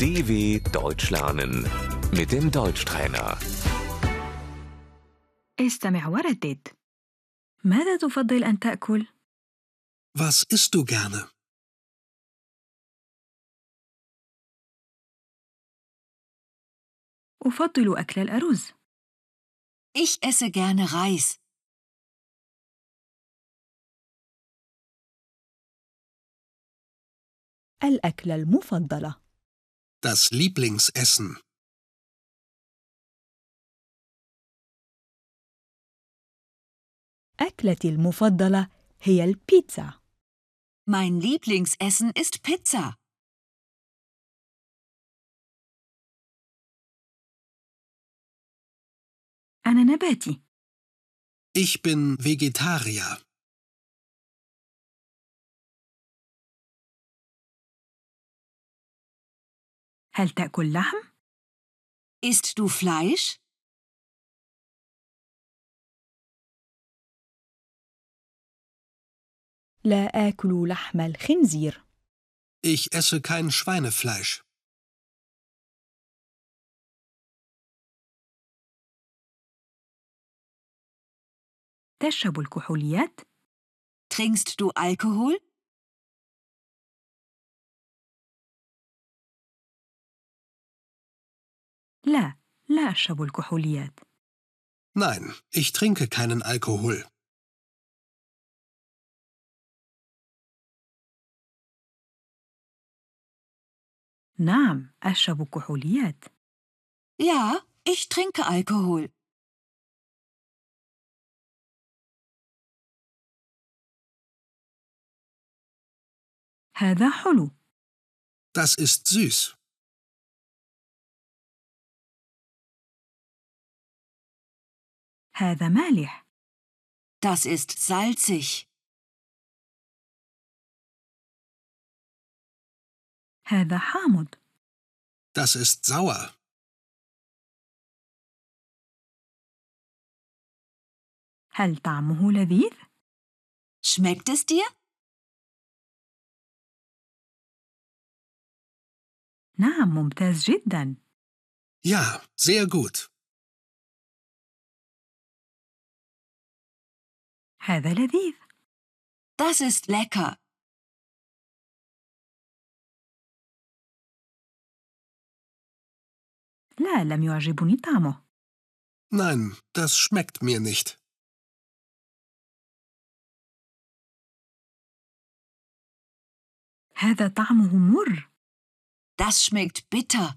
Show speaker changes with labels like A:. A: DW Deutsch lernen mit dem Deutschtrainer.
B: استمع وردد ماذا تفضل أن تأكل؟
C: Was isst du gerne?
B: أفضل أكل الأرز
D: Ich esse gerne Reis.
E: الأكلة المفضلة
C: Das Lieblingsessen.
E: أكلتي المفضلة هي البيتزا
D: Mein Lieblingsessen ist Pizza.
B: أنا نباتي
C: Ich bin Vegetarier.
B: هل تأكل لحم؟
D: Isst du Fleisch?
E: لا آكل لحم الخنزير
C: Ich esse kein Schweinefleisch.
B: تشرب الكحوليات؟
D: Trinkst du Alkohol?
B: لا لا أشرب الكحوليات
C: Nein, ich trinke keinen Alkohol.
B: نعم أشرب كحوليات
D: Ja, ich trinke Alkohol.
B: هذا حلو
C: Das ist süß.
B: هذا مالح
D: Das ist salzig.
B: هذا حامض
C: Das ist sauer.
B: هل طعمه لذيذ؟
D: Schmeckt es dir?
B: نعم ممتاز جدا
C: Ja, sehr gut.
B: هذا لذيذ
D: Das ist lecker.
B: لا لم يعجبني طعمه
C: Nein, das schmeckt mir nicht.
B: هذا طعمه مر
D: Das schmeckt bitter.